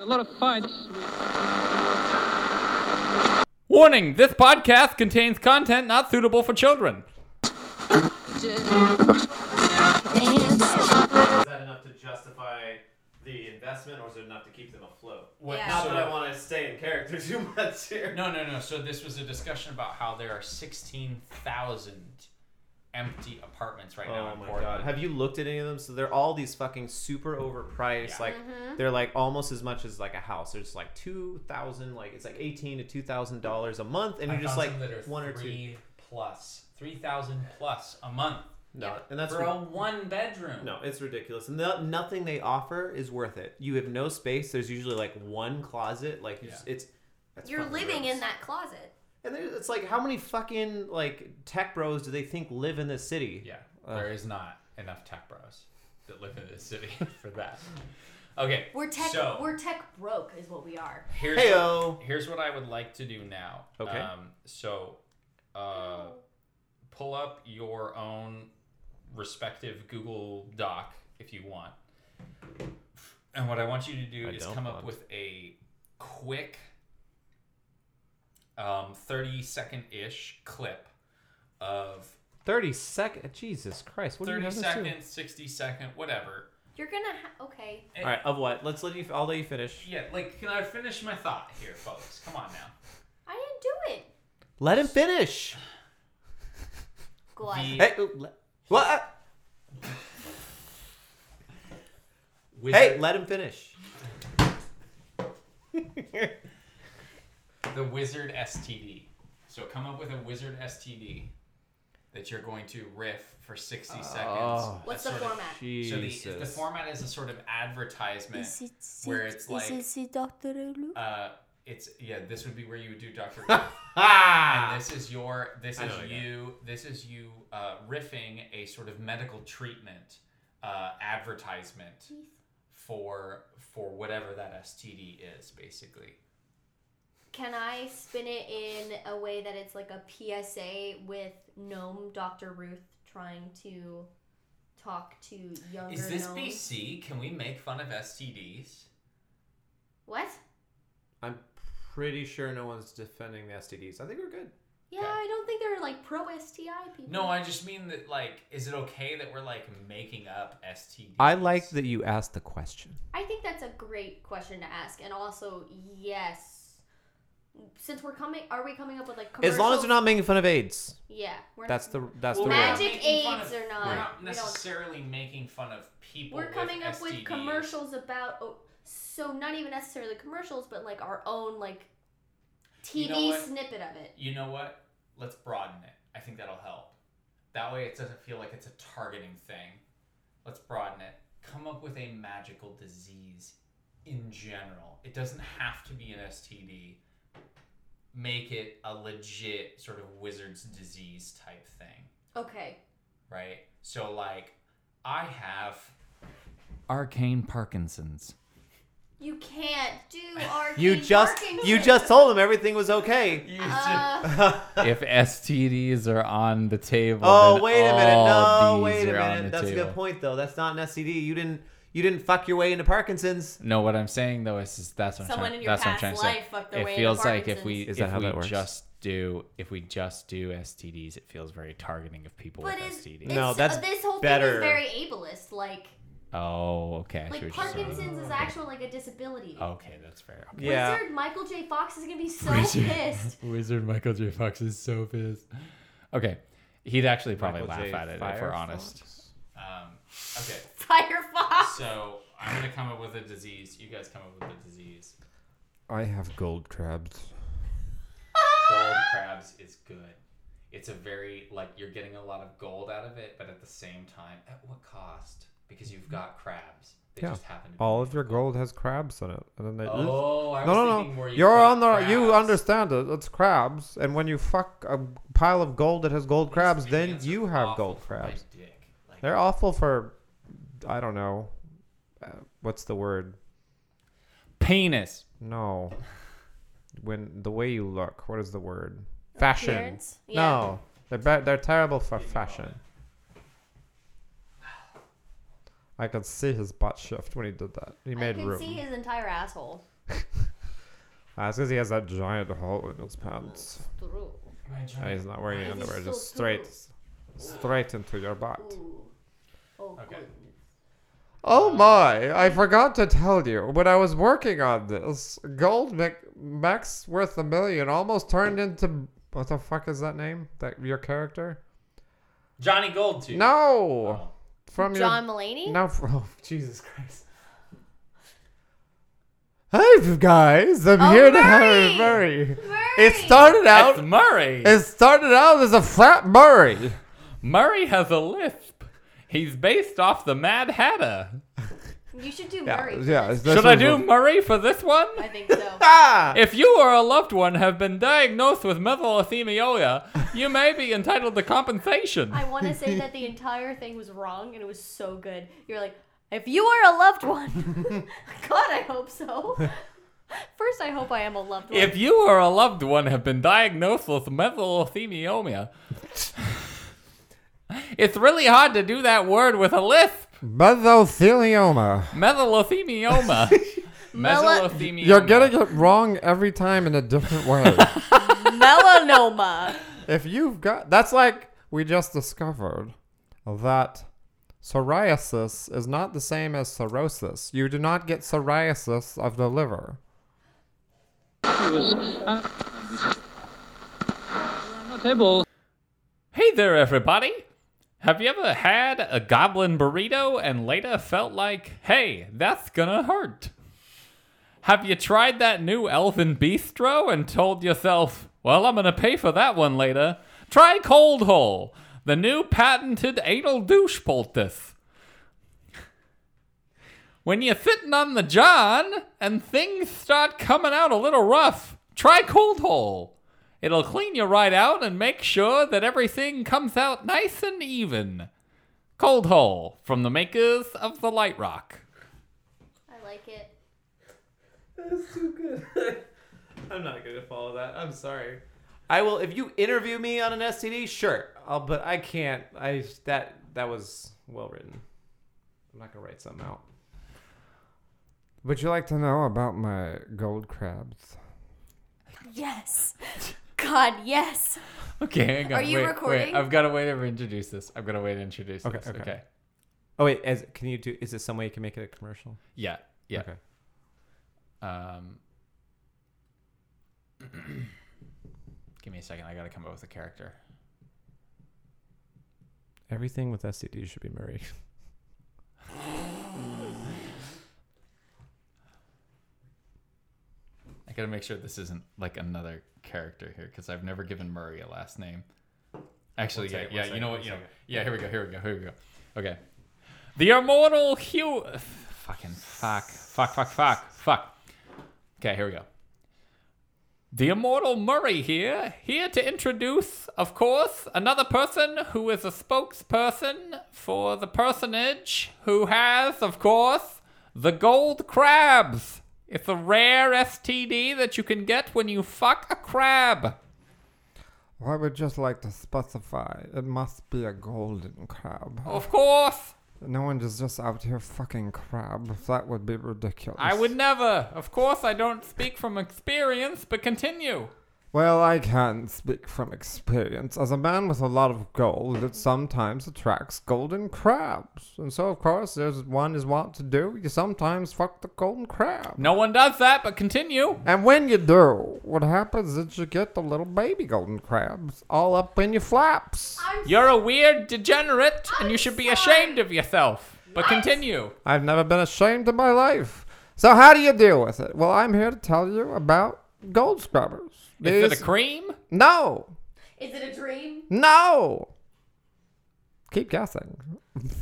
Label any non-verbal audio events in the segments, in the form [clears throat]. a lot of fights. Warning this podcast contains content not suitable for children. Is that enough to justify the investment, or is it enough to keep them afloat? What- Yeah. Not that I want to stay in character [laughs] too much here. No, no, no. So this was a discussion about how there are 16,000 empty apartments right now Oh in my Portland. god! Have you looked at any of them? So they're all these fucking super overpriced. Yeah. Like Mm-hmm. they're like almost as much as like a house. There's like two thousand, like it's like eighteen to two thousand dollars a month, and I you're just found like some that are one or two. three plus 3,000 plus a month No, Yeah. and that's for a one bedroom. No, it's ridiculous. No, nothing they offer is worth it. You have no space. There's usually like one closet. Like you Yeah. just, it's. that's You're fucking living gross. in that closet. And there- it's like, how many fucking like tech bros do they think live in this city? Yeah, Ugh. there is not enough tech bros that live in this city [laughs] for that. Okay, We're tech. So- We're tech broke, is what we are. here's Heyo. here's what I would like to do now. Okay. Um, so, uh, pull up your own respective Google Doc if you want. And what I want you to do I is don't come up want. with a quick, um, thirty second ish clip of Thirty second. Jesus Christ. What are thirty you having to? seconds, sixty second, whatever. You're gonna. Ha- okay. All right. Of what? Let's let you. I'll let you finish. Yeah, like, can I finish my thought here, folks? Come on now. I didn't do it. Let him finish. Glad. The Hey. ooh, le- uh, What? Hey. wizard, Let him finish. the wizard STD. So come up with a wizard STD that you're going to riff for 60 seconds. Oh. What's A the sort of- format? So the, the Jesus. format is a sort of advertisement where it's like, uh, it's yeah. This would be where you would [laughs] do Doctor. Ah. and this is your, this I is know the guy. you, this is you uh, riffing a sort of medical treatment uh, advertisement. for for whatever that STD is, basically. Can I spin it in a way that it's like a PSA with gnome Dr. Ruth trying to talk to younger Is this gnomes? BC? Can we make fun of STDs? What? I'm pretty sure no one's defending the STDs. I think we're good. Yeah, Okay. I don't think they're like pro STI people. No, I just mean that. Like, is it okay that we're like making up STDs? that you asked the question. I think that's a great question to ask, and also yes, since we're coming, are we coming up with like commercials? As long as they're not making fun of AIDS, Yeah, we're that's the that's Well, the we're not rule. Magic making fun AIDS of- or not, We're we not don't- necessarily making fun of people. We're coming up with STDs. commercials about oh, so not even necessarily commercials, but like our own like TV You know what? snippet of it. You know what? Let's broaden it. I think that'll help. That way, it doesn't feel like it's a targeting thing. Let's broaden it. Come up with a magical disease in general. It doesn't have to be an STD. Make it a legit sort of wizard's disease type thing, Okay, right? So, like, I have arcane Parkinson's. you can't do arcane. You just marketing. you just told them everything was okay. [laughs] Uh, if STDs are on the table, oh wait a minute! No, wait a minute. That's a good point though. That's not an STD. You didn't you didn't fuck your way into Parkinson's. No, what I'm saying though is, is that's what Someone I'm trying, in your that's what I'm past trying to life say. fucked their it way into feels like if we Parkinson's. Is if that how we that works? just do if we just do STDs, it feels very targeting of people but with is STDs. it's- No, uh, that's this whole better. thing is very ableist. Like oh, okay. I like see what you're saying. Oh, Parkinson's is actual like a disability. Okay, that's fair. Okay. Yeah. Wizard Michael J. Fox is gonna be so Wizard. pissed. [laughs] Wizard Michael J. Fox is so pissed. Okay, he'd actually probably Michael laugh J. at it if we're Firefox? honest. Um, okay, Firefox. so I'm gonna come up with a disease. You guys come up with a disease. I have gold crabs. gold crabs is good. It's a very like you're getting a lot of gold out of it, but at the same time, at what cost? Because you've got crabs. They Yeah. just happen to be All of your gold has crabs in it, and then they. Oh, I was no, no, thinking no! more. you You're caught on the. You crabs. understand it? It's crabs, and when you fuck a pile of gold that has gold These crabs, then aliens you are have awful gold for my crabs. dick. Like, They're awful for, I don't know, uh, what's the word? penis. [laughs] No. When the way you look, what is the word? Fashion. Appearance? Yeah. No, they're ba- they're terrible for fashion. I could see his butt shift when he did that. He I made can room. see his entire asshole. That's because he has that giant hole in his pants. Through. My And giant. he's not wearing Why is it underwear, so just straight, straight into your butt. Ooh. Oh, Okay. goodness. Oh my! I forgot to tell you when I was working on this, Gold Mac- Max worth a million almost turned into what the fuck is that name? That your character? Johnny Gold too. No, Oh. from John your Mulaney? no, [laughs] from, oh, Jesus Christ! Hey guys, I'm Oh, here to help Murray! Murray. Murray! It started It's out. Murray. It started out as a flat Murray. Murray has a lisp. He's based off the Mad Hatter. You should do Yeah, Murray. yeah. this Should I was do a- Murray for this one? I [laughs] think so. Ah! If you or a loved one have been diagnosed with mevalothiemia, you may be entitled to compensation. I want to say that the entire thing was wrong and it was so good. You're like, if you are a loved [laughs] one, God, I hope so. First, I hope I am a loved one. If you or a loved one have been diagnosed with mevalothiemia, it's really hard to do that word with a lisp. Mesothelioma. Mevalothiemia. Mesothelioma. You're getting it wrong every time in a [laughs] different way. [laughs] melanoma. if you've got that's like we just discovered that psoriasis is not the same as cirrhosis. You do not get psoriasis of the liver. Hey there, everybody! Have you ever had a goblin burrito and later felt like, hey, that's gonna hurt? Have you tried that new elven bistro and told yourself, well, I'm gonna pay for that one later? Try Cold Hole, the new patented anal douche poultice. When you're sitting on the john and things start coming out a little rough, try Cold Hole. It'll clean you right out and make sure that everything comes out nice and even. Cold Hole from the makers of the Light Rock. [laughs] I like it. That's too good. [laughs] I'm not gonna follow that. I'm sorry. I will if you interview me on an STD, sure. I'll, but I can't. I that that was well written. I'm not gonna write something out. Would you like to know about my gold crabs? Yes. God, yes. Okay, hang on. Are you wait, Wait, recording? I've got to wait to introduce this. I've got to wait to introduce [laughs] Okay, this. okay. okay. Oh wait, as can you do? Is there some way you can make it a commercial? Yeah. Yeah. Okay. Um, [clears throat] give me a second. I got to come up with a character. Everything with STD should be Murray. I got to make sure this isn't like another character here because I've never given Murray a last name. Actually, [laughs] One second, Oh, yeah, one yeah. you second, know what? one You know, second. yeah. Here we go. Here we go. Here we go. Okay. The immortal Hugh. Fucking fuck. Fuck. Fuck. Fuck. Fuck. Okay. Here we go. The immortal Murray here, here to introduce, of course, another person who is a spokesperson for the personage who has, of course, the gold crabs. It's a rare STD that you can get when you fuck a crab. Well, I would just like to specify it must be a golden crab. Of course, No one is just out here fucking crab. That would be ridiculous. I would never. Of course, I don't speak from experience, but continue. Well, I can speak from experience. As a man with a lot of gold, it sometimes attracts golden crabs. And so, of course, there's one is what to do. You sometimes fuck the golden crab. No one does that, but continue. And when you do, what happens is you get the little baby golden crabs all up in your flaps. I'm You're a weird degenerate, and you I'm should be sorry. ashamed of yourself. But continue. I've never been ashamed in my life. So, how do you deal with it? Well, I'm here to tell you about gold scrubbers. Is it These- a cream? no, Is it a dream? no. Keep guessing.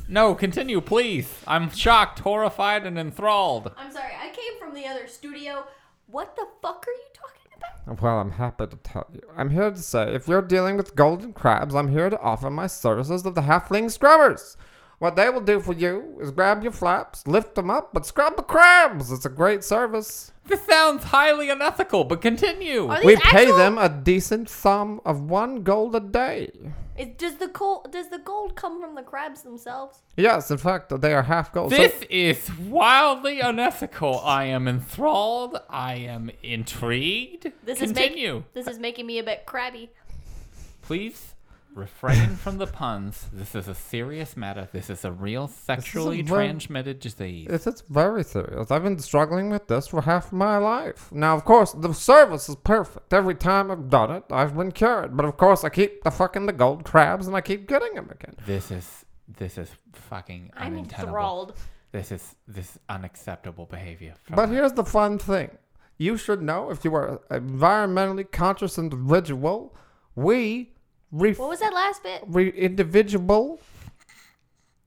No, continue, please. I'm shocked, horrified, and enthralled. I'm sorry. I came from the other studio. What the fuck are you talking about? Well, I'm happy to tell you. I'm here to say, if you're dealing with golden crabs, I'm here to offer my services of the halfling scrubbers. What they will do for you is grab your flaps, lift them up, but scrub the crabs. It's a great service. This sounds highly unethical, but continue. Are we these pay actual- them a decent sum of one gold a day. It, does the gold does the gold come from the crabs themselves? Yes, in fact, they are half gold. So- This is wildly unethical. I am enthralled. I am intrigued. This Continue. is make, this is making me a bit crabby. Please [laughs] refrain from the puns. This is a serious matter. This is a real sexually ver- transmitted disease. It is very serious. I've been struggling with this for half my life. Now, of course, the service is perfect. Every time I've done it, I've been cured. But of course, I keep the fucking the gold crabs, and I keep getting them again. This is this is fucking I'm untenable. enthralled. This is this is unacceptable behavior. from But here's the fun thing: you should know if you are environmentally conscious individual, we re- What was that last bit? re- individual.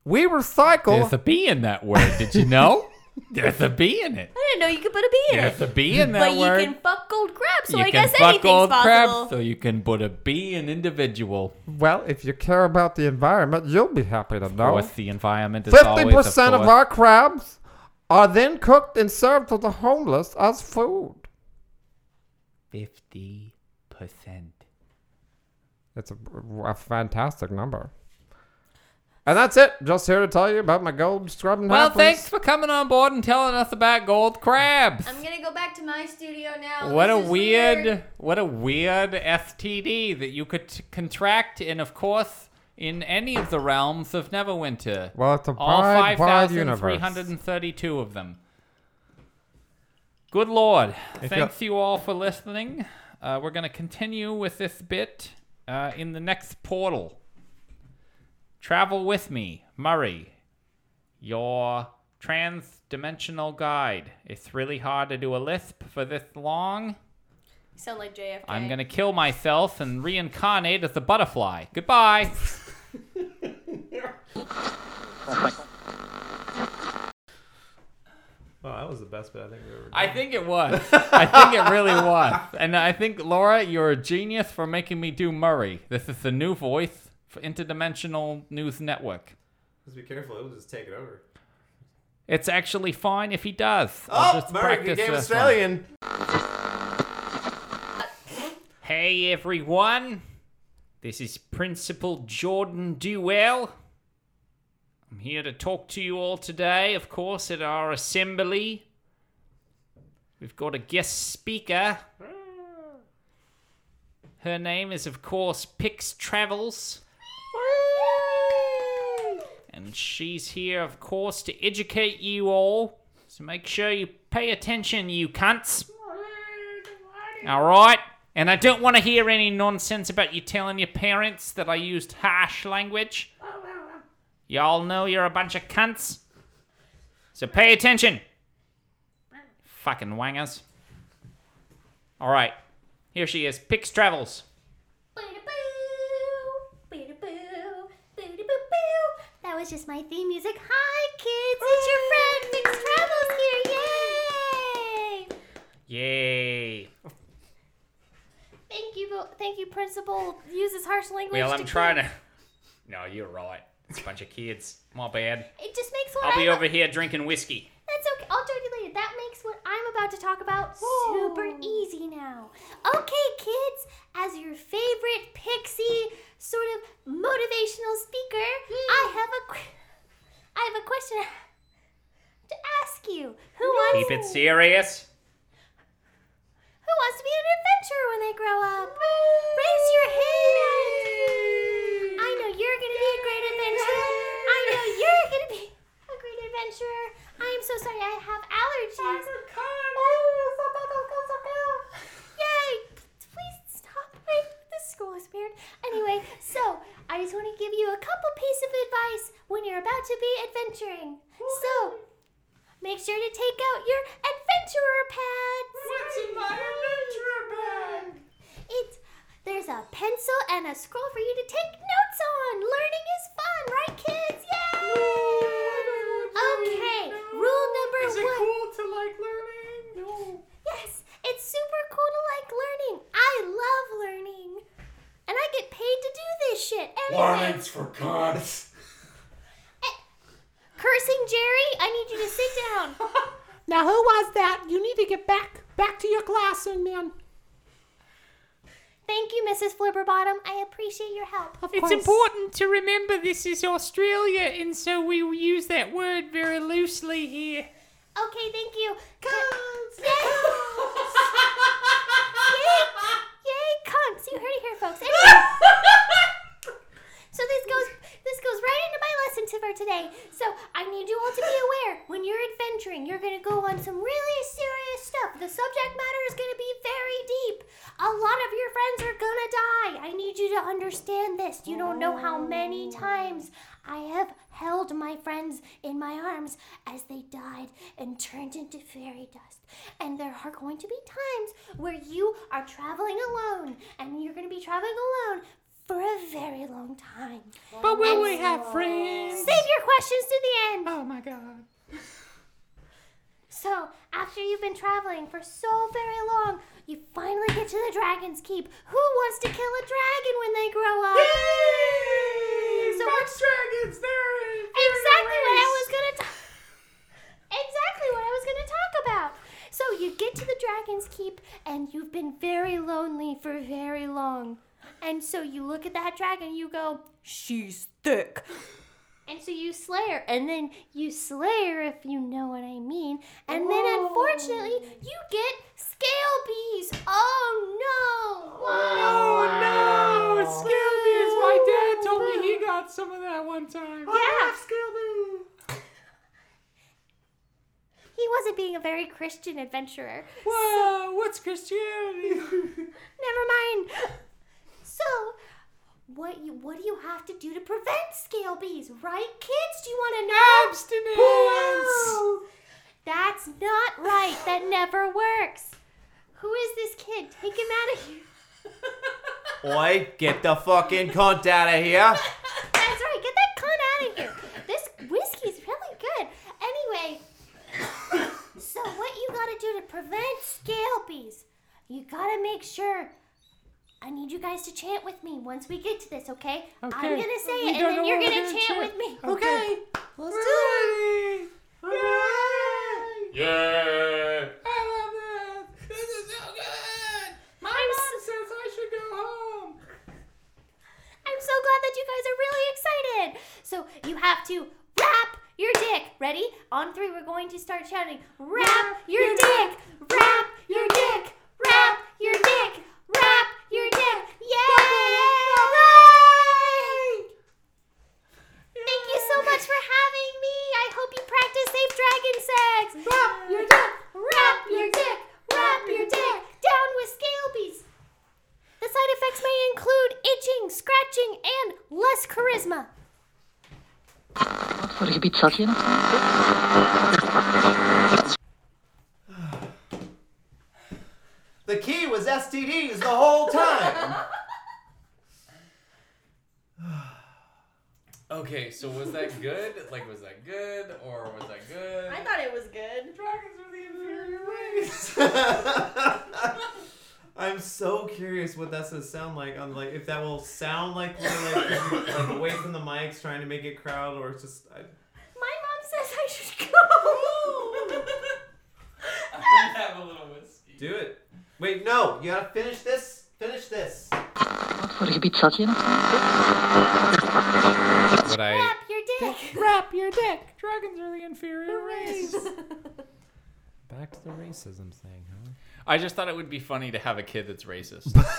We recycle. There's a B in that word. Did you [laughs] know? There's a B in it. I didn't know you could put a bee in There's it. a B in that But word. you can fuck gold crabs, so You I can guess fuck anything's old crabs, possible. so you can put a B in individual. well, if you care about the environment, you'll be happy to know. What's the environment? is Fifty always, percent of course- our crabs are then cooked and served to the homeless as food. Fifty percent. It's a, a fantastic number. And that's it. Just here to tell you about my gold scrubbing Well, halflings. thanks for coming on board and telling us about gold crabs. I'm gonna go back to my studio now. what a This is weird, what a weird STD that you could t- contract, in, of course, in any of the realms of Neverwinter. Well, it's a All wide, five wide thousand universe. three hundred and thirty-two of them. Good lord! If Thanks you all for listening. Uh, we're gonna continue with this bit uh, in the next portal. Travel with me, Murray. Your trans-dimensional guide. It's really hard to do a lisp for this long. You sound like JFK. I'm gonna kill myself and reincarnate as a butterfly. Goodbye. Well, that was the best bit I think we ever. I think it was. I think it [laughs] really was. And I think Laura, you're a genius for making me do Murray. This is the new voice for Interdimensional News Network. Just be careful; it'll just take it over. It's actually fine if he does. I'll Oh, just Murray, you practice gave this one. Australian. Hey everyone, this is Principal Jordan Duell. I'm here to talk to you all today, of course, at our assembly. We've got a guest speaker. Her name is, of course, Pix Travels. And she's here, of course, to educate you all. So make sure you pay attention, you cunts. All right. And I don't want to hear any nonsense about you telling your parents that I used harsh language. Y'all know you're a bunch of cunts. So pay attention. Fucking wangers. All right. Here she is. Pix Travels. That was just my theme music. Hi, kids! It's your friend Mix Travels here. Yay! Yay. Thank you, but- thank you, Principal. Uses harsh language. Well, I'm kids. trying to. No, you're right. It's a bunch of kids. My bad. It just makes what I'll be I'm- over here drinking whiskey. That's okay. I'll joke you later. That makes what I'm about to talk about super easy now. Okay, kids, as your favorite pixie [laughs] sort of motivational speaker, I have a que- I have a question to ask you. Who wants Keep it serious. Who wants to be an adventurer when they grow up? Raise your hand. I know you're going to be a great adventurer. I know you're going to be a great adventurer. I am so sorry. I have allergies. Yay! Please stop. I, this school is weird. Anyway, so I just want to give you a couple pieces of advice when you're about to be adventuring. So Make sure to take out your adventurer pads. What's in my adventurer bag? It's there's a pencil and a scroll for you to take notes on. Learning is fun, right, kids? Yay! Okay, rule number one. to like learning? No. Yes, it's super cool to like learning. I love learning. And I get paid to do this shit. Anyway. Warnings for cons. A- you to sit down. [laughs] now, who was that? You need to get back back to your classroom, man. Thank you, Mrs. Flipperbottom. I appreciate your help. Of It's course. important to remember this is Australia, and so we use that word very loosely here. Okay, thank you. Cunts! Yay! Yay! Yay, cunts! You heard it here, folks. Anyway. so this goes this goes right into my lesson tip for today. So I need you all to be aware when you're adventuring, you're gonna go on some really serious stuff. The subject matter is gonna be very deep. A lot of your friends are gonna die. I need you to understand this. You don't know how many times I have held my friends in my arms as they died and turned into fairy dust. And there are going to be times where you are traveling alone, and you're going to be traveling alone for a very long time. But will we have friends? Save your questions to the end. Oh my god. So, after you've been traveling for so very long, you finally get to the Dragon's Keep. Who wants to kill a dragon when they grow up? So what- dragons, there. exactly what I was gonna ta- exactly what I was gonna talk about. So you get to the Dragon's Keep, and you've been very lonely for very long, and so you look at that dragon, you go, "She's thick," and so you slay her, and then you slay her if you know what I mean, and then unfortunately you get scale bees. Oh no! Oh no! It's Scalbies! My dad told me he got some of that one time. Yeah. He wasn't being a very Christian adventurer. Whoa, what's Christianity? [laughs] Never mind. So, what you what do you have to do to prevent scale bees, right, kids? Do you want to know? Abstinence! That's not right. That never works. Who is this kid? Take him out of here. Oi, get the fucking cunt out of here. That's right. Get that con out of here. This whiskey's really good. Anyway, so what you gotta do to prevent scale bees? You gotta make sure. I need you guys to chant with me once we get to this, okay? I'm Okay. gonna say We it, don't and know then you're what we're gonna, gonna chant, chant. with me. Okay. Let's do it. Yeah. I love this! This is so good! My mom says I should go home! I'm so glad that you guys are really excited. So you have to wrap your dick. Ready? On three, we're going to start shouting. Wrap your dick. Wrap your dick. Wrap your dick. Wrap your dick. Yay! Thank you so much for having me. I hope you practice safe dragon sex. Wrap your dick. Wrap your dick. Wrap your dick. Down with scale bees. The side effects may include itching, scratching, and less charisma. The key was STDs the whole time. [sighs] Okay, so was that good? Like, was that good or was that good? I thought it was good. [laughs] I'm so curious what that's gonna sound like. On like if that will sound like we're like, like away from the mics trying to make it crowd, or it's just I, My mom says I should go. I'm gonna have a little whiskey. do it. Wait, no, you gotta finish this. Finish this. What I Wrap your dick. Wrap your dick! Dragons are the inferior race! Back to the racism thing, huh? I just thought it would be funny to have a kid that's racist. [laughs]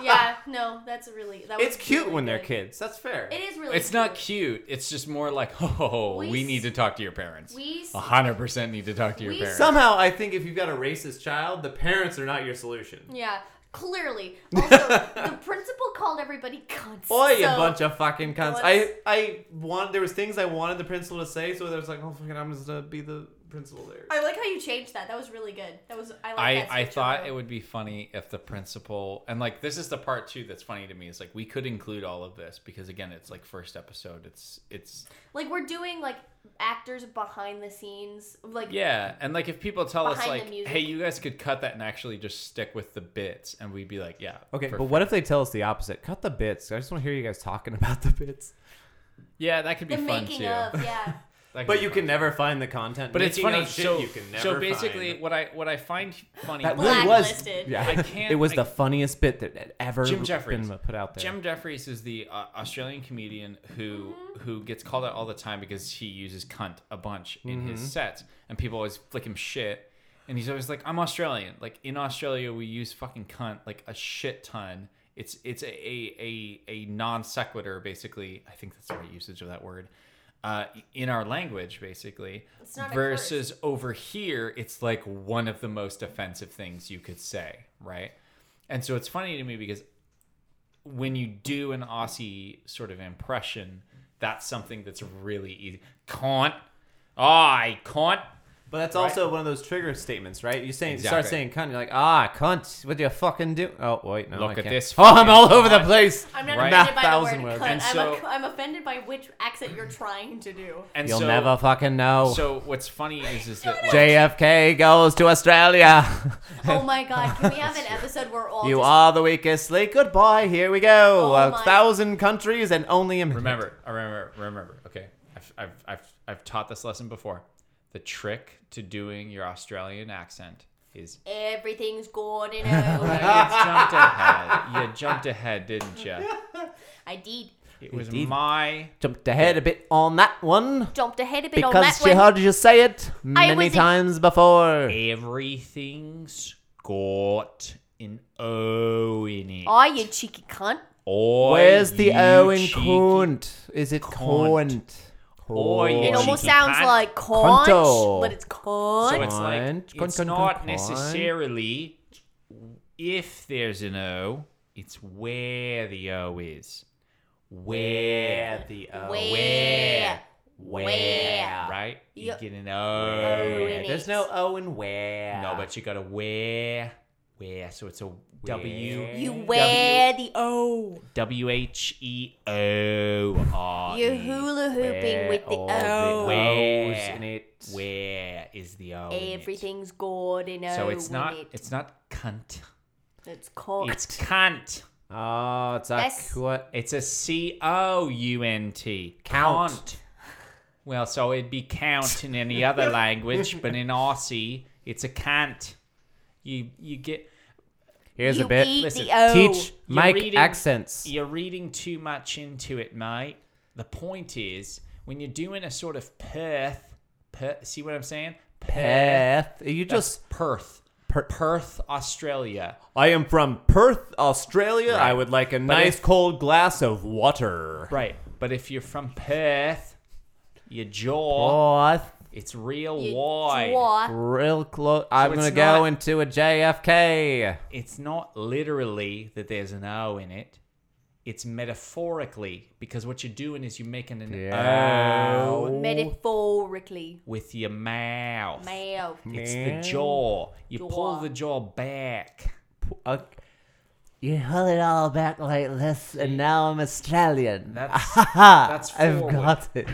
yeah, no, that's really. That was It's cute really when they're good. kids. That's fair. It is [laughs] really. it's cute. not cute. It's just more like, [laughs] oh, We we, s- need to talk to your parents. We Oh. s- A hundred percent need to talk to your we parents. Somehow, I think if you've got a racist child, the parents are not your solution. Yeah, [laughs] clearly. Also, the principal called everybody cunts. Boy, you so- bunch of fucking cunts. I what's- I want there was things I wanted the principal to say, so there was like, oh fucking, I'm just gonna be the principal there. I like how you changed that. That was really good. That was I like I, that. I switch thought over. it would be funny if the principal and like this is the part too that's funny to me is like we could include all of this because again it's like first episode it's it's like we're doing like actors behind the scenes. Like yeah and like if people tell us Behind the like music. hey you guys could cut that and actually just stick with the bits and we'd be like yeah Okay, perfect. but what if they tell us the opposite? Cut the [laughs] bits. I just want to hear you guys talking about the bits. yeah that could be the fun making too [laughs] of yeah. But you can never find the content. But it's Making funny. up shit so, you can never so basically, find. what I what I find funny. that really was. Blacklisted. Yeah, I can't- It was I- the funniest bit that had ever Jim been Jeffries. put out there. Jim Jeffries is the uh, Australian comedian who Mm-hmm. who gets called out all the time because he uses cunt a bunch in Mm-hmm. his sets, and people always flick him shit. And he's always like, "I'm Australian. Like in Australia, we use fucking cunt like a shit ton. It's it's a a a, a non sequitur, basically. I think that's the right usage of that word." Uh, in our language, basically, not a versus over here, it's like one of the most offensive things you could say, right? And so it's funny to me because when you do an Aussie sort of impression, that's something that's really easy. Can't. I can't. But that's also one of those trigger statements, right? You saying start Exactly. saying cunt, you're like, ah, cunt. What do you fucking do? Oh wait, no. Look I at can't. this [laughs] Oh, I'm fucking all over the cunt. place. I'm not Right. offended by the Thousand word words. cunt. And I'm, so- a, I'm offended by which accent you're trying [laughs] to do. And You'll so, never fucking know. So what's funny is is that like, JFK goes [laughs] to Australia. Oh my god, can we [laughs] have an episode where all you just- are the weakest link. Goodbye. Here we Oh go. a my- thousand countries and only a minute. remember, I remember, remember. Okay, I've, I've I've I've taught this lesson before. The trick to doing your Australian accent is [laughs] everything's Gordon Over. you jumped ahead. You jumped ahead, didn't you? I did. It was Indeed. my Jumped ahead a bit on that one Jumped ahead a bit on that because she one. heard you say it I many was in- times before. everything's got an O in it. Aw, you cheeky cunt. Oi, Where's the you O in cheeky- cunt? Is it cunt? cunt. Oi, you It Cheeky almost sounds cunt. like conch, Conto. but it's So conch. it's like Cunt, cunt, it's cunt, not cunt. necessarily if there's an O, it's where the O is. Where the O. Where? Where? Where? Right? You Yep. get an O in O. it. There's no O in where. No, but you got a where. Where? So it's a W You wear the O. W H E O R. You're E. hula hooping with the all the O. O's Where? in it. Where is the O? in it? Everything's Gordon O. So it's in not. It. It's not cunt. It's conch. It's cunt. Oh, it's a Yes. cunt. It's a C O U N T. Count. Count. Well, so it'd be count in any [laughs] other language, but in Aussie, it's a cunt. You you get Here's you a bit. eat Listen, the O. Teach You're Mike reading- accents. you're reading too much into it, mate. The point is when you're doing a sort of Perth, Perth see what I'm saying? Perth. You That's just. Perth. Per- Perth, Australia. I am from Perth, Australia. Right. I would like a But nice if- cold glass of water. Right. But if you're from Perth, your jaw, Perth. it's real You wide. dwarf. Real close. I'm it's gonna go not- into a JFK. It's not literally that there's an O in it. It's metaphorically because what you're doing is you're making an O Metaphorically. with your mouth. Mouth. It's the jaw. You pull Jaw. the jaw back. Okay. You held it all back like this, and now I'm Australian. That's that's forward.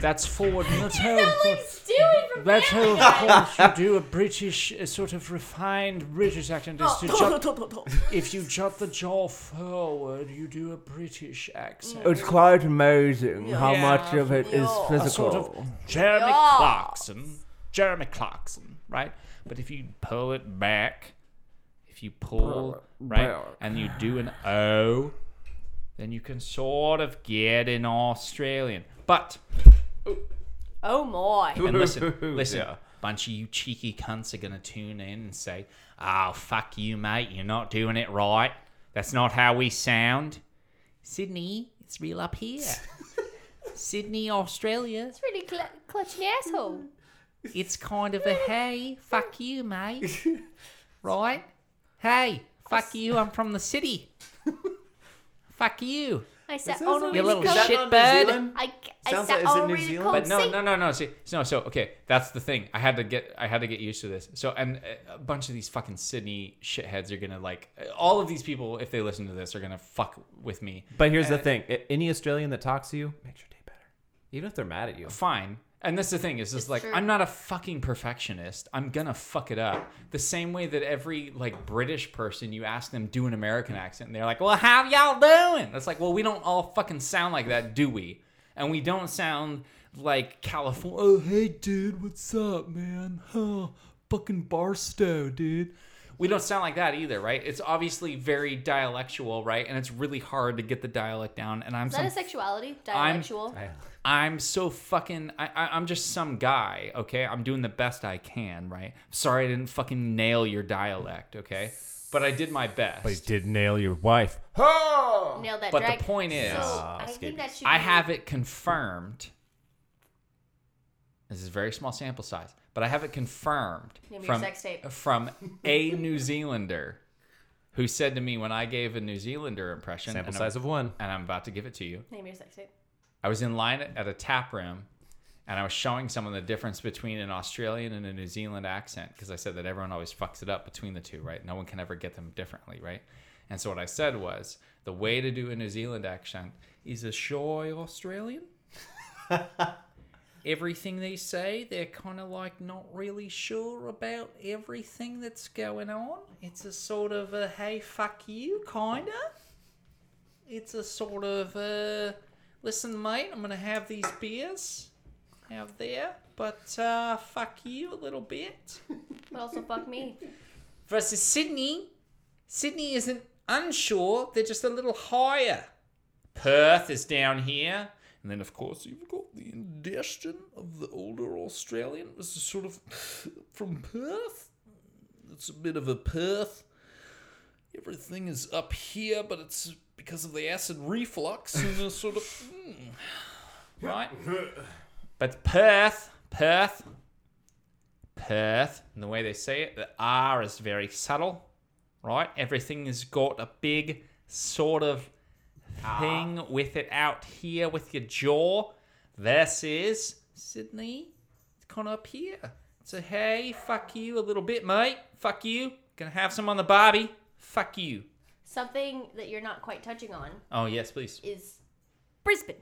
That's forward. And [laughs] That's how, Stewie from that's how of course, you do a British, a sort of refined British accent is to [laughs] jot, if you jot the jaw forward, you do a British accent. It's quite amazing how Yeah. much of it is Yeah. physical. sort of Jeremy Yeah. Clarkson, Jeremy Clarkson, right? But if you pull it back, if you pull right, back. and you do an O, then you can sort of get an Australian. But Oh my. and listen, listen, bunch of you cheeky cunts are gonna tune in and say, "Oh fuck you, mate, you're not doing it right. That's not how we sound." Sydney, it's real up here. Sydney, Australia. It's really cl- clutching asshole. It's kind of a hey, fuck you, mate. Right? Hey, fuck you, I'm from the city. fuck you. I sat oh, on a You really little cold. shitbird. I, I Sounds sat like- is it on a New really Zealand? cold But no, seat. no, no, no. See, no. So okay, that's the thing. I had to get, I had to get used to this. So, and uh, a bunch of these fucking Sydney shitheads are gonna like, all of these people, if they listen to this, are gonna fuck with me. But here's the thing: I- any Australian that talks to you makes your day better, even if they're mad at you. fine. And that's the thing is, just like true. I'm not a fucking perfectionist. I'm gonna fuck it up. The same way that every like British person, you ask them do an American accent, and they're like, "Well, how y'all doing?" That's like, well, we don't all fucking sound like that, do we? And we don't sound like California. Oh, hey, dude, what's up, man? Huh, fucking Barstow, dude. We don't sound like that either, right? It's obviously very dialectual, right? And it's really hard to get the dialect down. And I'm Is that a some- sexuality? I'm- Dialectual? [laughs] I'm so fucking. I, I, I'm just some guy, okay? I'm doing the best I can, right? Sorry I didn't fucking nail your dialect, okay? But I did my best. But he did nail your wife. Nailed that but drag. the point is, Ah, so I think that should I be- have it confirmed. This is a very small sample size, but I have it confirmed Name your from, sex [laughs] tape. from a New Zealander who said to me when I gave a New Zealander impression, Sample and size I'm, of one. and I'm about to give it to you. Name your sex tape. I was in line at a tap room and I was showing someone the difference between an Australian and a New Zealand accent because I said that everyone always fucks it up between the two, right? No one can ever get them differently, right? And so what I said was the way to do a New Zealand accent is a shy Australian. everything they say, they're kind of like not really sure about everything that's going on. It's a sort of a hey, fuck you, kind of it's a sort of uh, listen mate i'm gonna have these beers out there but uh, fuck you a little bit But also fuck me. versus sydney sydney isn't unsure they're just a little higher perth is down here and then of course you've got the ingestion of the older australian was a sort of from perth it's a bit of a perth everything is up here, but it's because of the acid reflux and it's sort of mm, right. But Perth, Perth, Perth, and the way they say it, the R is very subtle, right? Everything has got a big sort of thing with it out here with your jaw. Versus Sydney, it's kind of up here. So hey, fuck you a little bit, mate. Fuck you. Gonna have some on the barbie. Fuck you. Something that you're not quite touching on Oh yes, please. is Brisbane.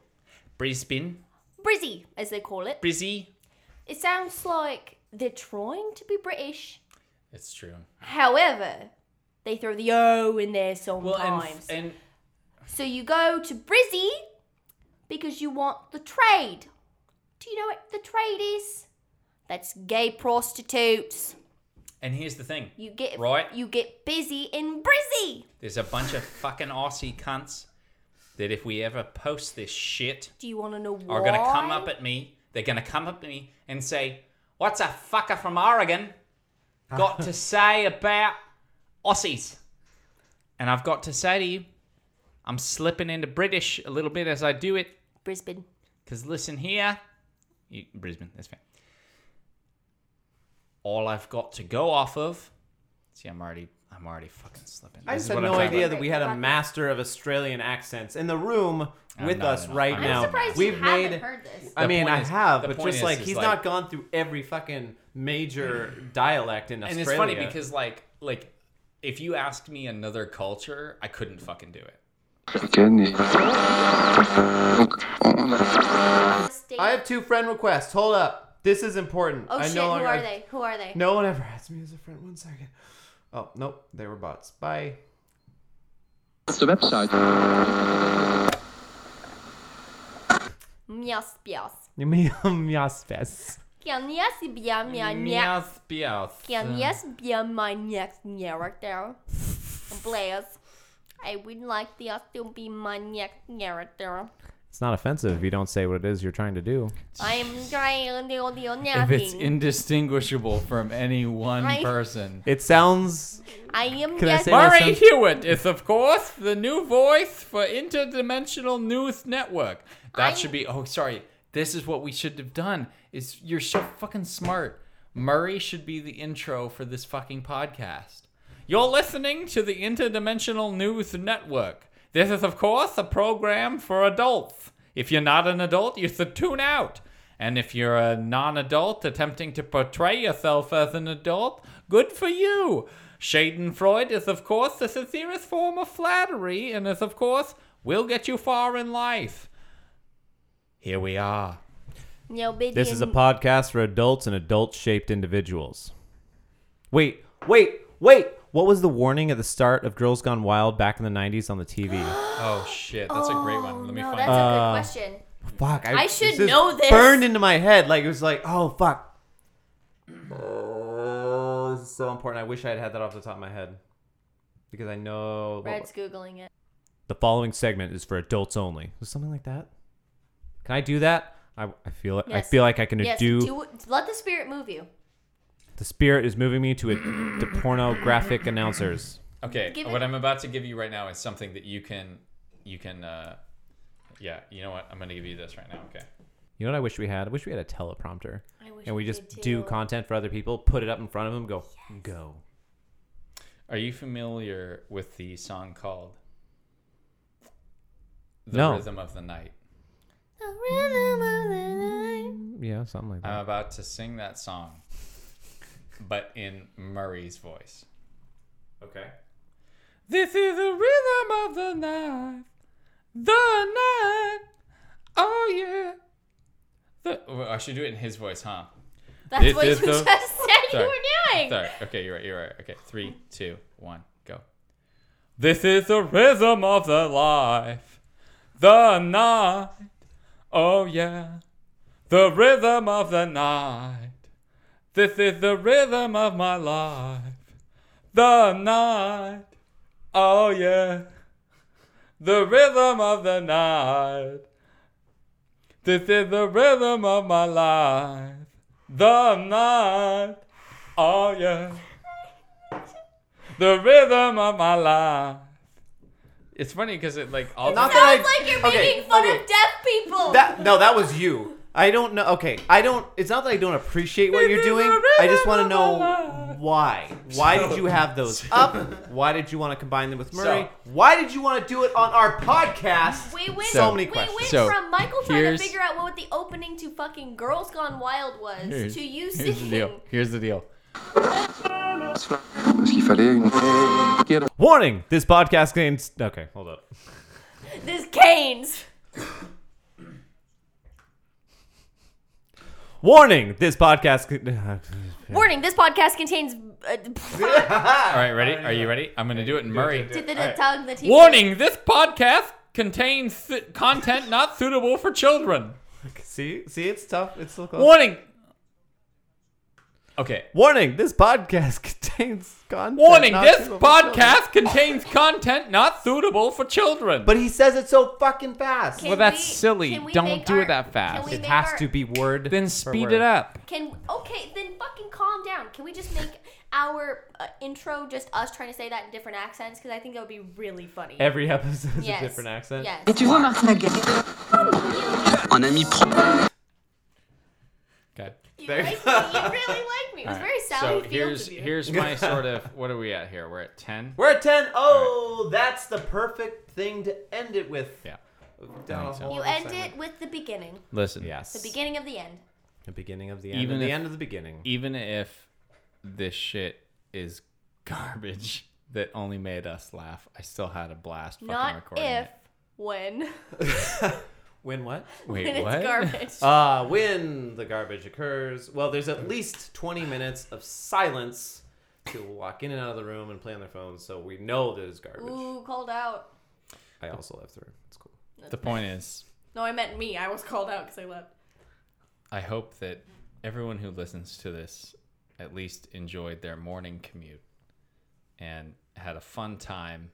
Brisbane, Brizzy, as they call it. Brizzy. It sounds like they're trying to be British. It's true. However, they throw the O in there Well, and, sometimes. f- and so you go to Brizzy because you want the trade. Do you know what the trade is? That's gay prostitutes. and here's the thing. You get Right. You get busy in Brizzy. There's a bunch of fucking Aussie cunts that if we ever post this shit, Do you want to know why? are gonna come up at me. They're gonna come up at me and say, "What's a fucker from Oregon got to say about Aussies?" And I've got to say to you, I'm slipping into British a little bit as I do it. Brisbane. Because listen here, you, Brisbane, that's fine. All I've got to go off of. See, I'm already, I'm already fucking slipping. I This just is had what no I'm talking idea about. that we had a master of Australian accents in the room I'm with not us an- right I'm now. not. I'm surprised We've you made. haven't heard [coughs] this. I The mean, point I is- have, the but point just is- like is he's like- not gone through every fucking major dialect in And Australia. it's funny because like, like, if you asked me another culture, I couldn't fucking do it. State- I have two friend requests. Hold up, this is important. oh I shit! Who no longer- are they? Who are they? No one ever asked me as a friend. One second. Oh nope, they were bots. Bye. Mias bias. Miasfest. Can yes be my next? Meowth, meowth. Can yes be my next character? Please. I would like yes to be my next character. It's not offensive if you don't say what it is you're trying to do. I am trying to do If it's nothing. indistinguishable from any one I- person. It sounds. I am Can I just say my- Murray Sounds- Hewitt is, of course, the new voice for Interdimensional News Network. That I- should be. Oh, sorry. This is what we should have done. Is you're so fucking smart. Murray should be the intro for this fucking podcast. You're listening to the Interdimensional News Network. This is, of course, a program for adults. If you're not an adult, you should tune out. And if you're a non adult attempting to portray yourself as an adult, good for you. Schadenfreude is, of course, the sincerest form of flattery and is, of course, will get you far in life. Here we are. no big This is a podcast for adults and adult shaped individuals. Wait, wait, wait. What was the warning at the start of Girls Gone Wild back in the 90s on the TV? [gasps] [gasps] Oh, shit. That's a great one. Let me No, find that's it. Uh, a good question. Fuck. I should just know this. Burned into my head. Like, it was like, oh, fuck. Oh, this is so important. I wish I had had that off the top of my head. Because I know. Red's googling it. The following segment is for adults only. Was something like that? Can I do that? I, I feel I Yes. feel like I can Yes, do, do let the spirit move you. The spirit is moving me to a, to pornographic announcers. Okay, Give what it- I'm about to give you right now is something that you can, you can, uh, yeah. You know what? I'm gonna give you this right now. Okay. You know what I wish we had? I wish we had a teleprompter, I wish and we just did do too. content for other people, put it up in front of them, go, go. Are you familiar with the song called "The No. Rhythm of the Night"? The rhythm of the night. Yeah, something like that. I'm about to sing that song, but in Murray's voice. Okay. This is the rhythm of the night, the night. Oh yeah. The, well, I should do it in his voice, huh? That's This what you is the- just said Sorry. you were doing. Sorry. Okay, you're right. You're right. Okay, three, two, one, go. This is the rhythm of the life, the night. Oh yeah, the rhythm of the night. This is the rhythm of my life, the night. Oh yeah, the rhythm of the night. This is the rhythm of my life, the night. Oh yeah. The rhythm of my life. It's funny because it like all Not Sounds that I- like you're okay, making fun okay. of deaf people. That no, that was you. I don't know. Okay, I don't. It's not that I don't appreciate what you're doing. I just want to know why. Why did you have those up? Why did you want to combine them with Murray? Why did you want to do it on our podcast? we went, So many we questions. went So, from Michael trying to here's- figure out what the opening to fucking Girls Gone Wild was to you Here's the deal. singing. Here's the deal. Warning! This podcast contains. Okay, hold up. This Canes. Warning! This podcast. [laughs] Con- Warning, this podcast contains. Uh, All right, ready? Are you ready? I'm gonna do it in Murray. did the tongue the teeth. Warning: This podcast contains th- content not suitable for children. See, see, it's tough. It's still close. Warning. Okay. Warning! [laughs] This podcast contains content. Warning: not This suitable for children. podcast contains content not suitable for children. But he says it so fucking fast. Can Well, that's we- silly. can we Don't make do it our- that can fast. we It make has our- to be word. [laughs] then for speed word. it up. Can okay, then fucking calm down. Can we just make our uh, intro just us trying to say that in different accents? Because I think that would be really funny. Every [laughs] episode is Yes. a different accent. Yes. [laughs] You, Okay. like me. you really like me. It [laughs] was All very right, Sally Fields So here's of you. here's my sort of what are we at here? We're at ten. We're at ten. Oh, that's the perfect thing to end it with. Yeah. Down a so. whole you other end segment. it with the beginning. Listen. Yes. The beginning of the end. The beginning of the end. Even Even the if- end of the beginning. e Even if this shit is garbage that only made us laugh, I still had a blast fucking Not recording if, it. when. Win what? Wait, when what? it's garbage. [laughs] Uh, when the garbage occurs, well, there's at least 20 minutes of silence. People walk in and out of the room and play on their phones, so we know there's garbage. [laughs] Ooh, called out. I also left the room. It's cool. The point is, No, I meant me. I was called out because I left. I hope that everyone who listens to this at least enjoyed their morning commute and had a fun time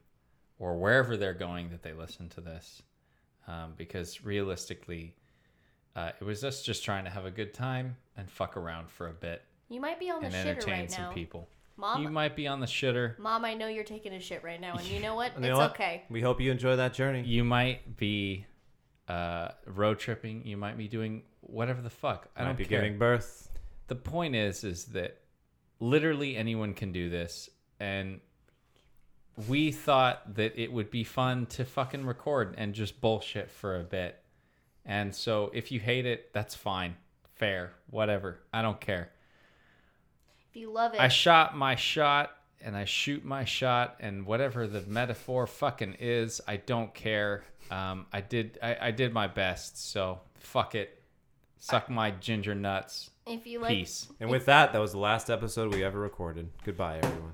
or wherever they're going that they listen to this. Um, because realistically, uh, it was us just trying to have a good time and fuck around for a bit You might be on the and shitter entertain right some now. people. Mom, You might be on the shitter. Mom, I know you're taking a shit right now, and you know what? You know it's what? okay. We hope you enjoy that journey. You might be uh, road tripping. You might be doing whatever the fuck. I Might don't be care. giving birth. the point is is that literally anyone can do this and we thought that it would be fun to fucking record and just bullshit for a bit and so if you hate it that's fine fair whatever i don't care If you love it, i shot my shot and i shoot my shot and whatever the metaphor fucking is i don't care um, i did I, I did my best so fuck it suck my ginger nuts if you like, peace And with that, that was the last episode we ever recorded. Goodbye, everyone.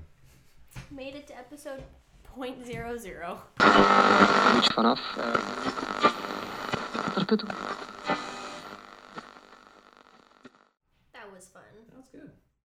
made it to episode point zero zero. Nici vanaf. Uh, perpetuum.